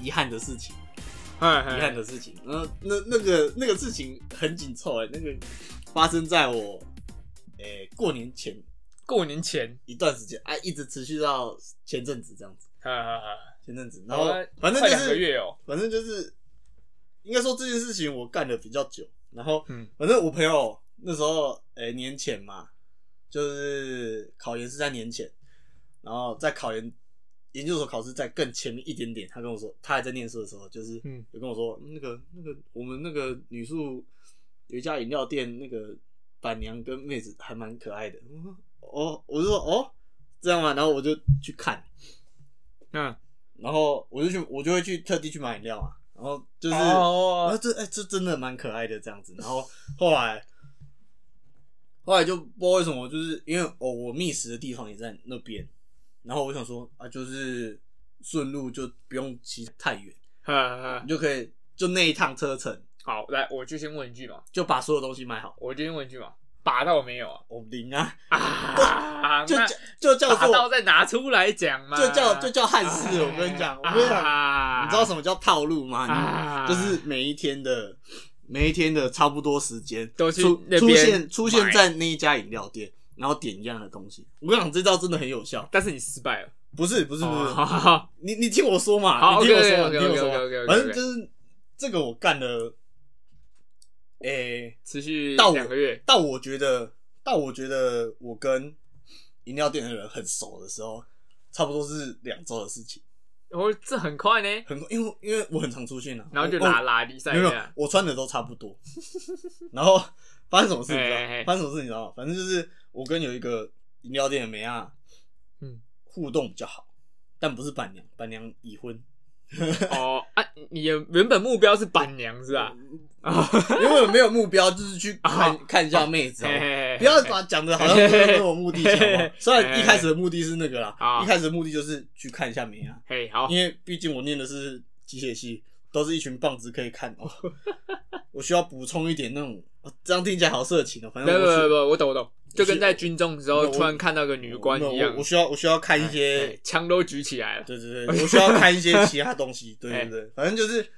遗憾的事情，嗨遗憾嗨，的事情。然后那那个那个事情很紧凑哎，那个发生在我诶、过年前过年前，一段时间，哎、一直持续到前阵子这样子，哈哈哈，前阵子，然后好啊反正快就两个是月哦，反正就是应该说这件事情我干的比较久，然后嗯反正我朋友那时候，诶、年前嘛，就是考研是在年前，然后在考研研究所考试在更前面一点点。他跟我说，他还在念书的时候，就是嗯有跟我说，那个那个我们那个女宿有一家饮料店，那个板娘跟妹子还蛮可爱的。我说哦，我就说哦，这样嘛，然后我就去看，嗯，然后我就去，我就会去特地去买饮料啊，然后就是。然后哦，这哎、这真的蛮可爱的这样子。然后后来，后来就不知道为什么，就是因为哦，我觅食的地方也在那边，然后我想说啊，就是顺路就不用骑太远，哈哈哈你，就可以就那一趟车程好，来，我就先问一句嘛，就把所有东西买好。我就先问一句嘛，拔到没有啊？我、零啊，啊，就那叫就叫拔到做再拿出来讲嘛，就叫就叫汉室。我跟你讲，我跟你讲，啊你知道什么叫套路吗？你啊就是每一天的每一天的差不多时间都去出那出边现出现买在那一家饮料店，然后点一样的东西。我跟你讲，这招真的很有效。但是你失败了，不是不是不是，哦好好好，你你听我说嘛，好你听我说嘛，你 OK，OK，OK，OK，OK，OK，听我说 OK，OK，OK，OK 嘛。反正就是这个我干了，诶，持续到我两个月，到我觉得到我觉得我跟饮料店的人很熟的时候，差不多是两周的事情。哦，这很快呢，很因为因为我很常出现啊，然后就我拉拉力赛没有一没有下，，我穿的都差不多。 然后发生什么事你知道嘿嘿嘿吗？发生什么事你知道吗？反正就是我跟有一个饮料店的梅啊，嗯，互动比较好，但不是板娘，板娘已婚。哦啊，你原原本目标是板娘是吧？啊， 因为我没有目标，就是去看、 啊看一下妹子好不好不不要把讲的好像都是我目的 性好不好虽然一开始的目的是那个啦啊，一开始的目的就是去看一下梅啊，嘿好因为毕竟我念的是机械系，都是一群棒子可以看哦。我需要补充一点那种，哦这样听起来好色情哦。反不正不我需不不，我懂我懂，就跟是在军中的时候我突然看到个女官没有一样我我，需要我需要看一哎些，枪都举起来了，对对对，我需要看一些其他东西，对哎对对，反正就是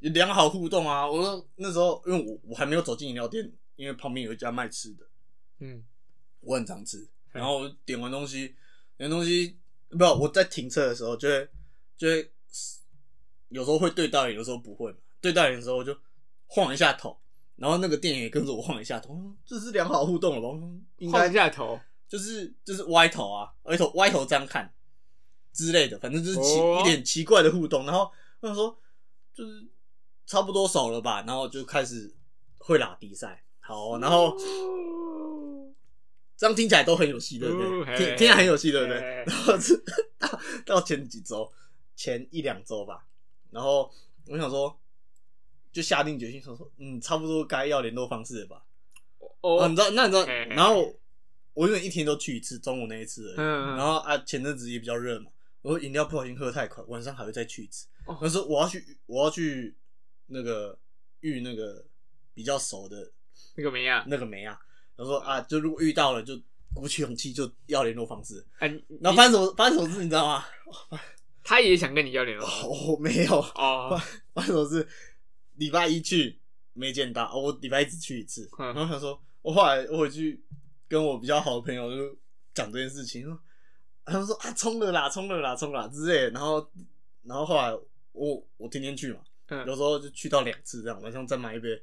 良好互动啊。我说那时候因为我我还没有走进饮料店，因为旁边有一家卖吃的，嗯，我很常吃。哎然后我点完东西，点完东西不，我在停车的时候就会就会有时候会对到眼，有时候不会嘛。对到眼的时候我就晃一下头，然后那个店员也跟着我晃一下头，嗯这是良好互动了吧？嗯应该晃一下头，就是就是歪头啊，歪头歪头这样看之类的，反正就是奇、哦一点奇怪的互动。然后我想说，就是差不多熟了吧，然后就开始会拉比赛。好，然后这样听起来都很有戏，对不对？哦嘿听听起来很有戏，对不对嘿？ 然后是到到前几周，前一两周吧，然后我想说，就下定决心想说，嗯，差不多该要联络方式了吧？哦，你知哦，道，那你知道，嘿嘿然后我原本一天都去一次，中午那一次而已。嗯，然后啊，前阵子也比较热嘛，我饮料不小心喝太快，晚上还会再去一次。哦那时候我要去，我要去那个遇那个比较熟的那个梅亚，那个梅啊，然后说啊，就如果遇到了，就鼓起勇气就要联络方式。哎，你然后发生什么发生什么事你知道吗？他也想跟你要联 络哦，没有，哦，发生什么事？礼拜一去没见到，哦我礼拜一只去一次。嗯然后想说，我后来我回去跟我比较好的朋友就讲这件事情，说他们说啊冲了啦，冲了啦，冲了啦之类的。然后然后后来我我天天去嘛，嗯有时候就去到两次这样，晚上再买一杯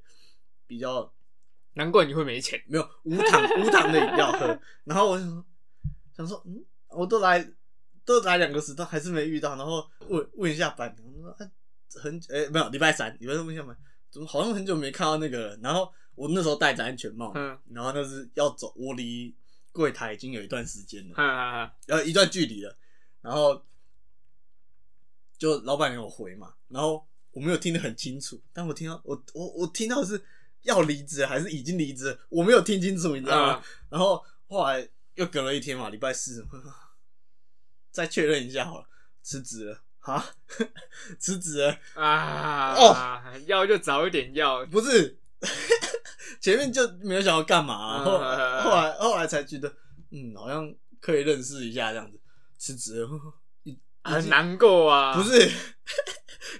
比较难怪你会没钱，没有无糖无糖的饮料喝。然后我想说，想说，嗯，我都来都来两个时段，还是没遇到。然后问问一下板娘，我说啊，很哎、没有，礼拜三，礼拜三问一下板，怎么好像很久没看到那个了？然后我那时候戴着安全帽，嗯然后那是要走，我离柜台已经有一段时间了，哈哈哈，然后呃一段距离了，然后就老板有回嘛，然后我没有听得很清楚，但我听到我我我听到是要离职还是已经离职了，我没有听清楚，你知道吗？啊然后后来又隔了一天嘛，礼拜四， 我说再确认一下好了，辞职了啊，辞职了，啊，哦要就早一点要，不是，前面就没有想要干嘛、啊，嗯后来后来后来才觉得，嗯，好像可以认识一下这样子，辞职了。已很难过啊，不是，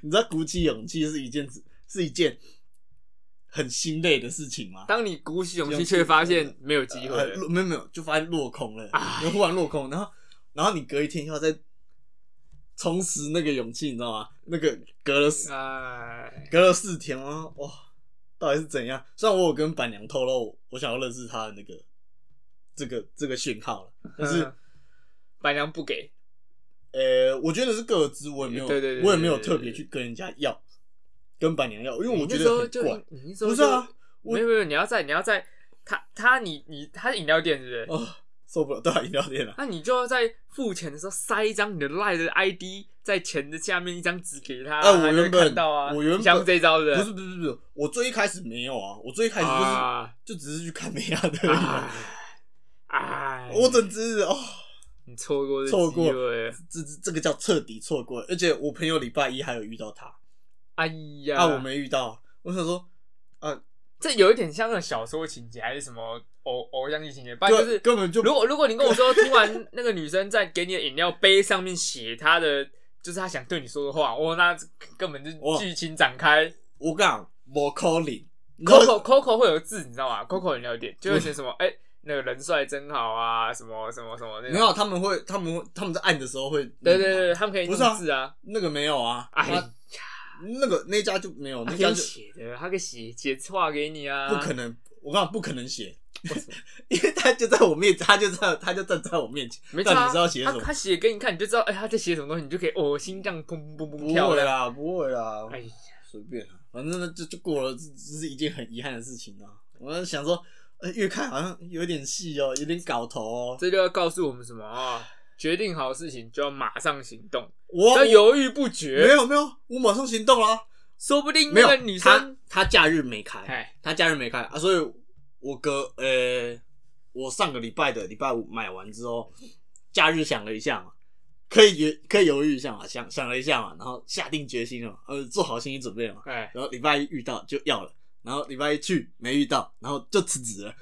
你知道鼓起勇气是一件是一件很心累的事情吗？当你鼓起勇气，却发现没有机会哎呃，了，落没有没有，就发现落空了，唉然后忽然落空，然后然后你隔一天又要再重拾那个勇气，你知道吗？那个隔了四哎，隔了四天啊，哇，到底是怎样？虽然我有跟板娘透露我想要认识她的那个这个这个讯号了，但是嗯板娘不给，呃，我觉得是各自，我也没有，嗯对对对我也没有对对特别去跟人家要，跟板娘要，因为我你觉那得时候很就怪，你那时候不是就啊，我没有没有，你要在你要在他他你你他是饮料店是不是？哦，受不了，对啊，饮料店了，那你就要在付钱的时候塞一张你的赖的 ID 在钱的下面一张纸给他，哎我他就会原本看到啊，我原本你想用这一招的，不是不是不是，我最一开始没有啊，我最一开始就是、啊，就只是去 看美亚的而已啊，哎，哎我整只是哦，你错过这错过 机会这这这个叫彻底错过，而且我朋友礼拜一还有遇到他，哎呀，啊，我没遇到，我想说，啊，这有一点像那种小说情节还是什么偶偶像剧情节，不然对，就是根本就如果如果你跟我说，突然那个女生在给你的饮料杯上面写她的，就是她想对你说的话，哦，那根本就哇剧情展开。我跟你讲，我 calling， Coco Coco 会有字，你知道吗？Coco 饮料店就会写什么，哎、那个人帅真好啊，什么什么什么那没种。有，他们会，他们会，他们在按的时候会，对对对，他们可以不用是啊字啊。那个没有啊，哎呀他，那个那家就没有，他那可家以就写的，他可以写写话给你啊。不可能，我跟你讲不可能写， 因为他就在我面，他就在他就站在我面前，没错、到啊。底是要写什他么？他写给你看，你就知道，哎、他在写什么东西，你就可以哦，心脏砰砰砰不跳会了。啦，不会啦，哎呀，随便啊，反正呢就就过了，这这是一件很遗憾的事情啊。我想说，呃，越看好像有点戏哦，有点搞头哦。这就要告诉我们什么啊？决定好事情就要马上行动。我不要我犹豫不哦没决，有没有，我马上行动啦。说不定没那有个女他生，他假日没开，哎，他假日没开啊，所以我隔呃、我上个礼拜的礼拜五买完之后，假日想了一下嘛，可以犹可以犹豫一下嘛，想想了一下嘛，然后下定决心了嘛，呃，做好心理准备了嘛，哎，然后礼拜一遇到就要了，然后礼拜一去没遇到，然后就辞职了。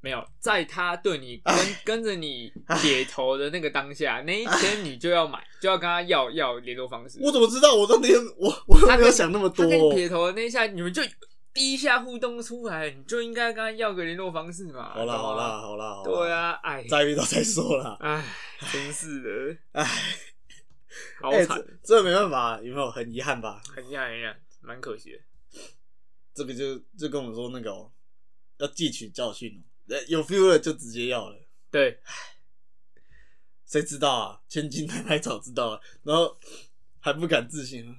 没有，在她对你啊跟跟着你点头的那个当下，那一天你就要买，就要跟她要要联络方式。啊我怎么知道？我当天我我他没跟有想那么她多、跟你撇头的那一下，你们就第一下互动出来，你就应该跟她要个联络方式嘛。好啦懂吗好啦，好啦，好啦对，啊，哎，再遇到再说啦。哎，真是的，哎， 好哎惨，这这没办法，啊有没有很遗憾吧？很遗憾，很遗憾，蛮可惜的。这个就就跟我们说那个、哦，要汲取教训哦。呃有 feel 了就直接要了，对，谁知道啊？千金难买早知道啊，然后还不敢自信，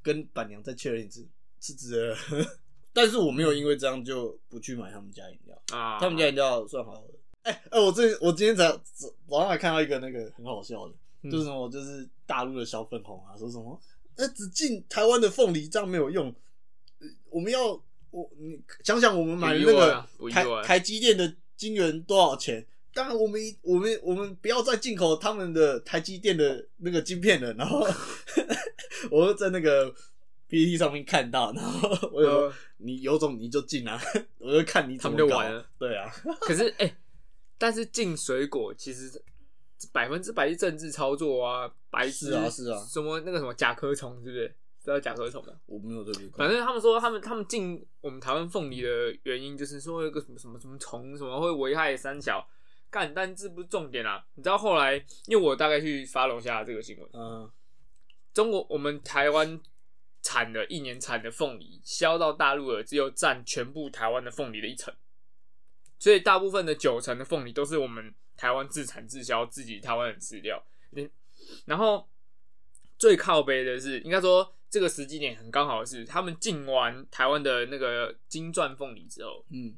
跟板娘再确认一次，辞职了。 但是我没有因为这样就不去买他们家饮料。啊，他们家饮料算好喝。哎、哎、我最我今天才早早上还看到一个那个很好笑的，嗯就是什么就是大陆的小粉红啊，说什么呃只进台湾的凤梨这样没有用，呃我们要我你想想我们买的那不意外个啊不意台外台积电的金元多少钱？当然我们一我们我们不要再进口他们的台积电的那个晶片了。然后 我就在那个 PPT 上面看到，然后我有说、呃你有种你就进啊， 我就看你怎么他们就搞完了。对啊， 可是哎、欸但是进水果其实百分之百是政治操作啊，白痴是啊是啊嗯什么那个什么甲壳虫是不是？知道甲壳虫吗？我没有特别关反正他们说他们他们进我们台湾凤梨的原因就是说有个什么什么什么虫什么会危害三小。干，但这不是重点啊！你知道后来，因为我大概去发楼下这个新闻，嗯，中国我们台湾产的一年产的凤梨销到大陆的，只有占全部台湾的凤梨的一成，所以大部分的九成的凤梨都是我们台湾自产自销，自己台湾人吃掉。嗯然后最靠北的是，应该说这个时机点很刚好的是，他们进完台湾的那个金钻凤梨之后，嗯，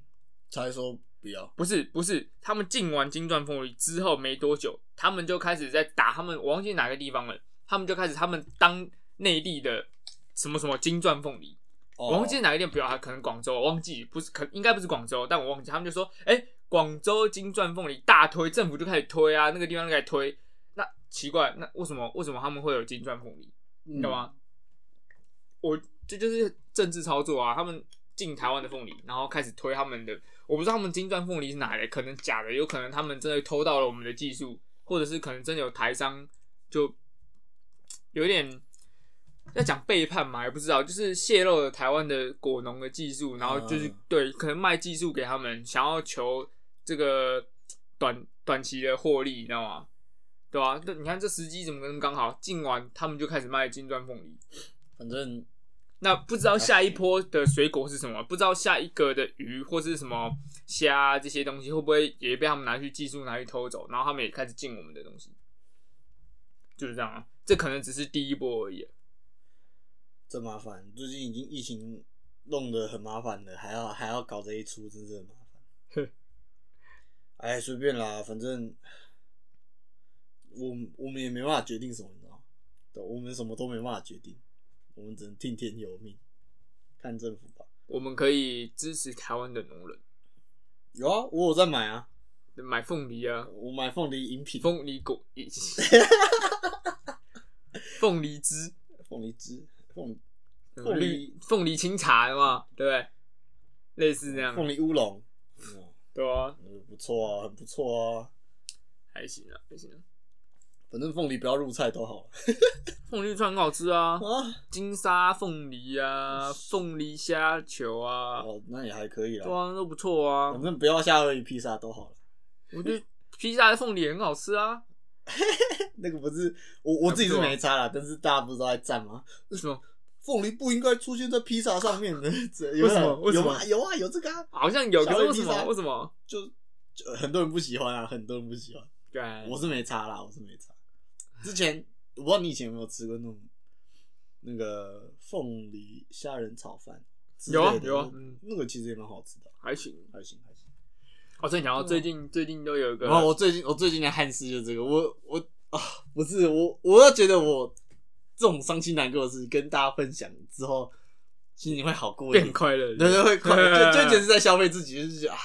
才说不要，不是不是，他们进完金钻凤梨之后没多久，他们就开始在打他们，我忘记哪个地方了，他们就开始他们当内地的什么什么金钻凤梨，哦我忘记哪个店不要，可能广州，我忘记不是，可应该不是广州，但我忘记，他们就说，哎、广州金钻凤梨大推，政府就开始推啊，那个地方就开始推，那奇怪，那为什么为什么他们会有金钻凤梨？嗯干嘛？我这就是政治操作啊！他们进台湾的凤梨，然后开始推他们的，我不知道他们金钻凤梨是哪来的，可能假的，有可能他们真的偷到了我们的技术，或者是可能真的有台商就有点要讲背叛嘛，也不知道，就是泄露了台湾的果农的技术，然后就是、嗯对，可能卖技术给他们，想要求这个短短期的获利，你知道吗？对啊，那你看这时机怎么可能刚好？进完他们就开始卖金砖凤梨，反正那不知道下一波的水果是什么，不知道下一个的鱼或是什么虾这些东西会不会也被他们拿去技术拿去偷走，然后他们也开始进我们的东西，就是这样啊。这可能只是第一波而已啊。真麻烦，最近已经疫情弄得很麻烦了，还要还要搞这一出，真是很麻烦 哼。哎，随便啦，反正我们我们也没办法决定什么，你知道吗？对，我们什么都没办法决定，我们只能听天由命，看政府吧。我们可以支持台湾的农人有啊，我有在买啊，买凤梨啊，我买凤梨饮品，凤梨果， 凤梨汁，凤梨汁，凤凤凤梨梨凤梨清茶的嘛，对不对？类似这样，凤梨乌龙，嗯对啊，嗯不错啊，很不错啊。还行啊，还行啊。反正凤梨不要入菜都好凤梨串很好吃啊，了啊。金沙凤梨啊，凤梨虾球啊，嗯哦，那也还可以对啦。啊，都不错啊反。正不要夏威夷披萨都好了。我觉得披萨的凤梨也很好吃啊。那个不是我我自己是没差啦，但是大家不是都在赞吗？为什么？凤梨不应该出现在披萨上面的， 这有为什么为什有么啊有啊有这个啊，好像有，可夏是威夷为什披萨么？为什么？就就很多人不喜欢啊，很多人不喜欢。对，我是没差啦，我是没差。之前我不知道你以前有没有吃过那种那个凤梨虾仁炒饭之类的，有啊有啊嗯那个其实也蛮好吃的，啊还行。还行还行。哦，所以你讲到对啊最近最近都有一个然后我最近我最近的憾事就是这个，我我啊不是我，我要觉得我这种伤心难过的事情跟大家分享之后，心情会好过一变点，快乐了，对对会 快，就就简直在消费自己，就是觉得啊，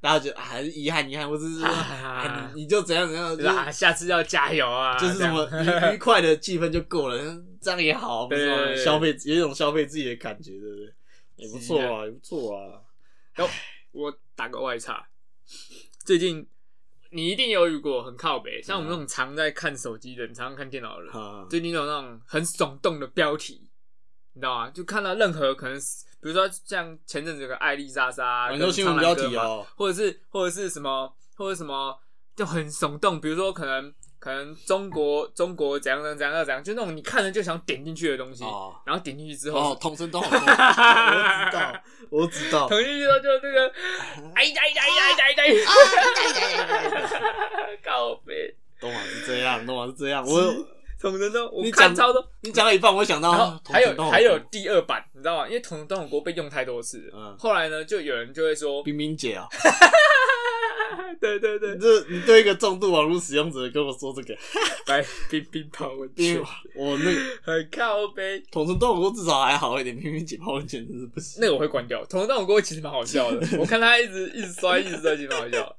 大家觉得啊还是遗憾遗憾，或者是说啊你你就怎样怎样，就就是啊，是下次要加油啊，就是什么这样愉愉快的气氛就够了，这样也好，不是对吗对对消费有一种消费自己的感觉，对不对？也不错啊，也不错啊。 我打个外岔，最近你一定有遇过很靠北，像我嗯们这种常在看手机的人，常常看电脑的人，啊，最近有那种很耸动的标题，你知道吗？就看到任何可能是，比如说像前阵子有个艾丽莎莎，啊很多新闻标题，哦，或者是或者是什么，或者什么就很耸动，比如说可能可能中国中国怎样怎样怎样怎样，就那种你看了就想点进去的东西，哦然后点进去之后哦，同声都好哈哈我哈知道哈，我知 道。腾讯说就那个，哎呀哎呀哎呀哎呀哎呀哎呀，告别，东莞是这样，东莞是这样。我统神都我你看讲超多，你讲到一半，我想到然后同啊还城都有好还有多第二版，你知道吗？因为统神都火锅被用太多次了，嗯后来呢，就有人就 会说，冰冰姐啊，对对对，这你对一个重度网络使用者跟我说这个，来冰冰泡温因为泉，我那个很靠背。同城都火锅至少还好一点，冰冰姐泡温泉真是不行。那个我会关掉，统神都火锅其实蛮好笑的，我看他一直一直摔，一直摔，其实蛮好笑的，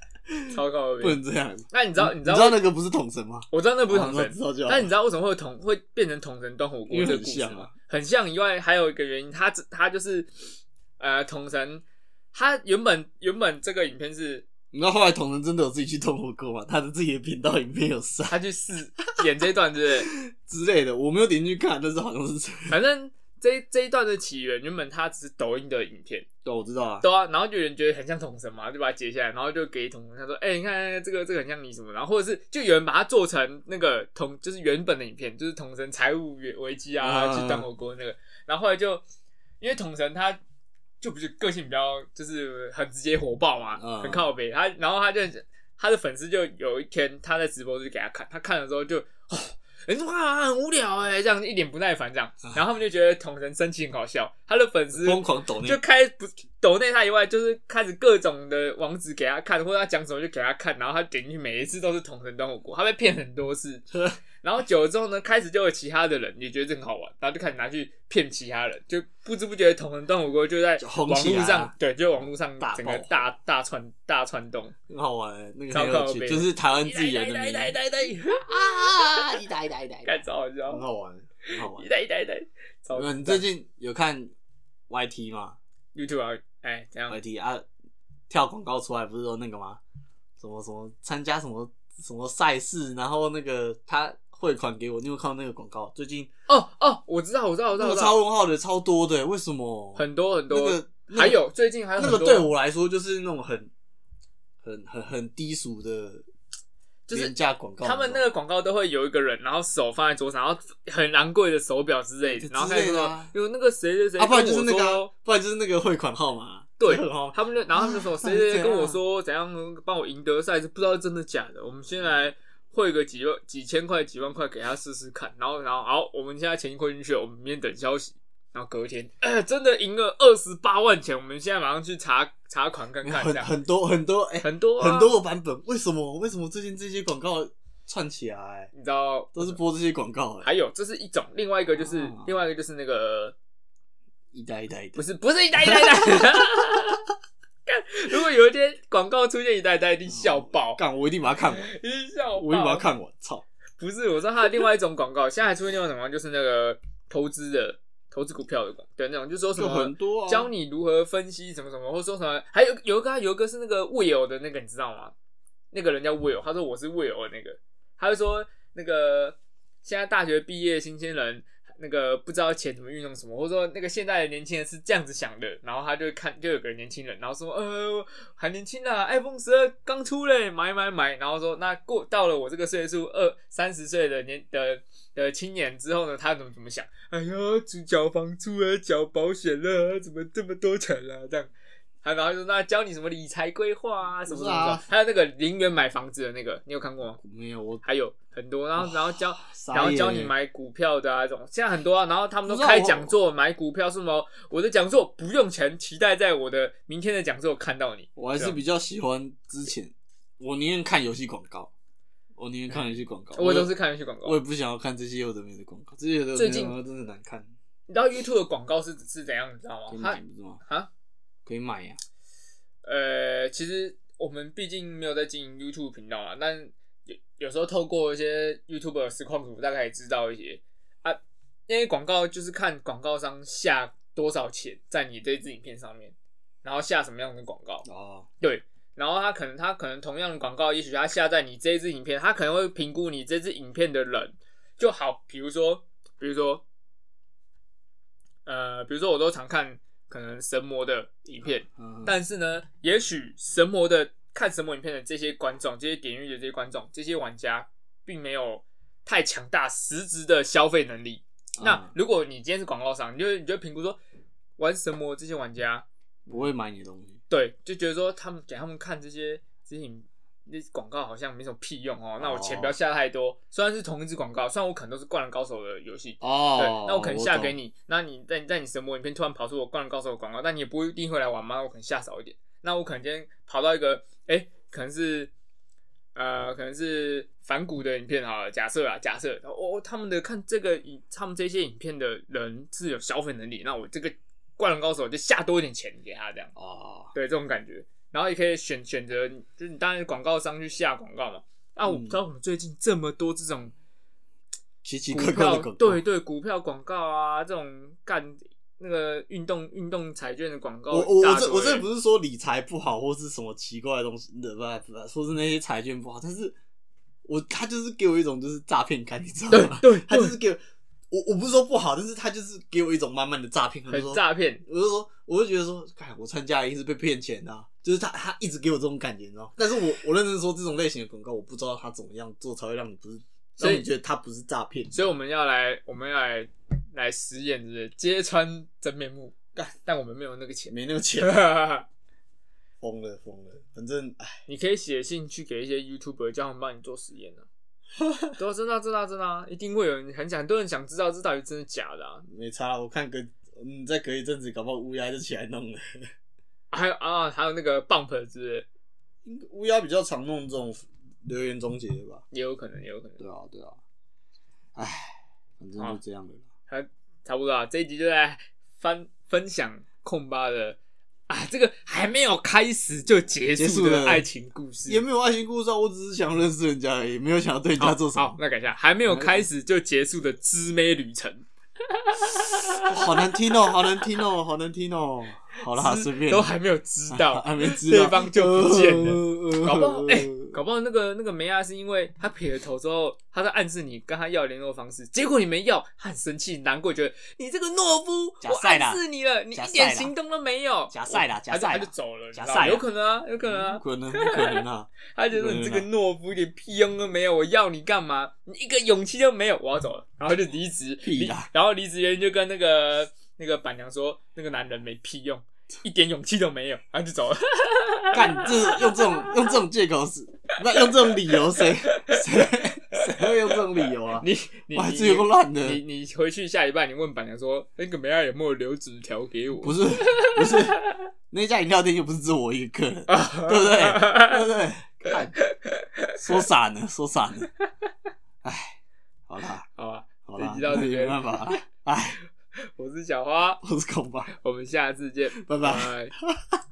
超靠不背。能这样，那你知道你你知道那个不是同城吗？我知道那不是统哦那神知，道就好。但你知道为什么会有同会变成同神端火锅因为这个很故事像吗啊？很像以外，还有一个原因，他只他就是呃同神，他原本原本这个影片是你知道后来同城真的有自己去通火锅吗？他的自己的频道里面有啥他去试演这一段，对不对？之类的，我没有点进去看，但是好像是这样。反正这这一段的起源原本他只是抖音的影片，对，我知道啊。对啊，然后就有人觉得很像同神嘛，就把它截下来，然后就给同神，他说：“哎、你看这个这个很像你什么？”然后或者是就有人把它做成那个同，就是原本的影片，就是同神财务危危机啊，嗯去当火锅那个。然后后来就因为同神他就不是个性比较就是很直接火爆嘛，嗯很靠北。他然后他就他的粉丝就有一天他在直播就给他看，他看了之后就哦。人说啊，很无聊哎、这样一脸不耐烦这样，然后他们就觉得同神生气很好笑，他的粉丝啊疯狂抖那就个，开不抖内他以外，就是开始各种的网址给他看，或者他讲什么就给他看，然后他点进去，每一次都是同城端火锅，他被骗很多次。然后久了之后呢，开始就有其他的人也觉得这很好玩，然后就开始拿去骗其他人，就不知不觉同城端火锅就在就网红起来啊络上，对，就网络上大爆整个红大大串大串动，很好玩欸，那个很超有靠趣，北就是台湾自己人的来名来来来来，啊，一打一打一打一打，看超好很笑，好玩，很好玩一。代一代一代，超那你最近有看 YT 吗 YouTube 啊，哎，这样？YT 啊，跳广告出来不是说那个吗？什么什么参加什么什么赛事，然后那个他汇款给我，你有看到那个广告？最近哦哦，我知道，我知道，我知道，那个我知超道，问号的超多的，为什么？很多很多。那个那个还有最近还有那很个多对我来说就是那种很很很很低俗的，就是廉价广告。他们那个个广告都会有一个人，然后手放在桌上，然后很昂贵的手表之类之的，类的啊然后还有说有那个谁谁谁啊，跟不然就是我那个说啊，，不然就是那个汇款号码。对汇款号码他们就然后他们就说啊谁谁谁跟我怎样说怎样帮我赢得赛事，不知道是真的假的。我们先来汇个几万几千块几万块给他试试看，然后然后好，我们现在钱汇进去了，我们明天等消息。然后隔天， 哎、真的赢了二十八万钱，我们现在马上去查查款看看，这很样很多很多哎，很多、啊、很多个版本，为什么？为什么最近这些广告串起来你知道都是播这些广告？哎，还有，这是一种，另外一个就是、啊另外一个就是那个一代一代一代不，是不是一代一代一代。干 如果有一天广告出现一代一代，一定笑爆，干我一定把它看完，一定笑爆。我一定把它看完，操！不是，我说它的另外一种广告，现在还出现另外一种广告，就是那个投资的投资股票的广对那种，就说什就很么多啊，教你如何分析什么什么，或者说什么，还有有一个有一个是那个 Will 的那个，你知道吗？那个人叫 Will，他说我是 Will 的那个，他就说那个现在大学毕业新鲜人。那个不知道钱怎么运用什么，或者说那个现在的年轻人是这样子想的，然后他就看就有个年轻人，然后说呃还年轻啦，iPhone 十二刚出嘞，买买买，然后说那过到了我这个岁数二三十岁的年的的青年之后呢，他怎么怎么想？哎呦，只缴房租了，缴保险了，啊怎么这么多钱啊？这样，还然后就说那教你什么理财规划啊，什么什不么什是么啊，还有那个零元买房子的那个，你有看过吗？没有我，还有很多，然后然后教。傻然后眼教欸你买股票的啊，这种现在很多啊。然后他们都不是啊开我讲座买股票，什么我的讲座不用钱，期待在我的明天的讲座看到你。我还对是啊比较喜欢之前，我宁愿看游戏广告，我宁愿看游戏广告。我也都是看游戏广告我也不想要看这些有的没的广告，这些有的没最的近广告真的难看，你知道 YouTube 的广告是是怎样，你知道可以吗买？不是吗？它啊，可以买啊呀，呃，其实我们毕竟没有在经营 YouTube 频道啊，但有有时候透过一些 YouTube 的实况组，大概也知道一些啊，因为广告就是看广告商下多少钱在你这支影片上面，然后下什么样的广告，哦，然后他可能他可能同样的广告，也许他下载你这一支影片，他可能会评估你这支影片的人，就好，比如说，比如说，呃，比如说我都常看可能神魔的影片，嗯，但是呢，也许神魔的看神魔影片的这些观众、这些点阅的这些观众、这些玩家，并没有太强大实质的消费能力。那嗯如果你今天是广告商，你就你就评估说，玩神魔这些玩家，不会买你的东西，对，就觉得说他们给他们看这些这些影那些广告好像没什么屁用哦，那我钱不要下太多。虽然是同一支广告，虽然我可能都是《灌篮高手》的游戏，对哦，，那我可能下给懂，你，那你在在你神魔影片突然跑出我《灌篮高手》的广告，那你也不一定会来玩嘛，我可能下少一点。那我可能今天跑到一个，哎、可能是呃，可能是反骨的影片好了，假设啊，假设，哦，他们的看这个影，他们这些影片的人是有消费能力，那我这个《灌篮高手》就下多一点钱给他这样。哦，对这种感觉。然后也可以选选择，就是你当然是广告商去下广告嘛。啊，我不嗯知道我们最近这么多这种奇奇股怪怪票，的广告，对，对，股票广告啊，这种干那个运动运动彩券的广告我我大我多耶，这我这不是说理财不好或是什么奇怪的东西，不不不，说是那些财券不好，但是我他就是给我一种就是诈骗感，你知道对吗？对他就对，是给我，我我不是说不好，但是他就是给我一种满满的诈骗，我就很说，诈骗。我就说，我就觉得说，看我参加一定是被骗钱的啊、就是他他一直给我这种感觉，你知道吗？但是我我认真说，这种类型的广告，我不知道他怎么样做才会让你不是，所以让你觉得他不是诈骗。所以我们要来，我们要来来实验，就是揭穿真面目。干，但我们没有那个钱。没那个 钱，疯了疯了，反正哎，你可以写信去给一些 YouTuber，叫他们帮你做 实验啊。对啊，真的啊、真的啊、真的啊、一定会有人很想，很多人想知道这到底真的假的啊。没差。我看隔嗯，再隔一阵子，搞不好乌鸦就起来弄了。还有啊，还有那个 Bump 之类的，应该乌鸦比较常弄这种留言终结的吧？也有可能，也有可能。对啊，对啊。哎，反正就这样了啦。差不多啊，这一集就来分分享控吧的啊，这个还没有开始就结结束束的了爱情故事，也没有爱情故事啊，我只是想认识人家而已，没有想要对人家好做什好么，。那改一下，还没有开始就结束的知妹旅程。哇 好难听哦，好难听哦，好难听哦。好啦，知随便都还没有知道， 还没知道，呃对方就不见了了呃搞不好哎搞不好那个那个梅亚是因为他撇了头之后，他在暗示你跟他要联络方式，结果你没要，他很生气、难过，觉得你这个懦夫，假我赛啦暗示你了，你假一赛点啦行动都没有，假赛啦我假赛啦他就他就走了，你知道假吗赛啦嗯有可能啊，有可能啊，可能不可能啊？他觉得你这个懦夫一点屁用都没有，我要你干嘛？你一个勇气都没有，我要走了，然后就离职。屁啦离然后离职原因就跟那个那个板娘说，那个男人没屁用，一点勇气都没有，然后就走 了。 干，这是用这种用这种借口是，那用这种理由谁谁谁会用这种理由啊？你你我还你是有个烂的，你你回去下一半，你问板娘说，那个梅亚有没有留纸条给我？不是不是，那家饮料店又不是只有我一个人，啊，对不对？对不对？看，说傻呢，说傻呢。哎，好啦， 好吧，好啦这，集到那这边没办法啦。哎，我是小花，我是孔爸，我们下次见，拜拜。拜。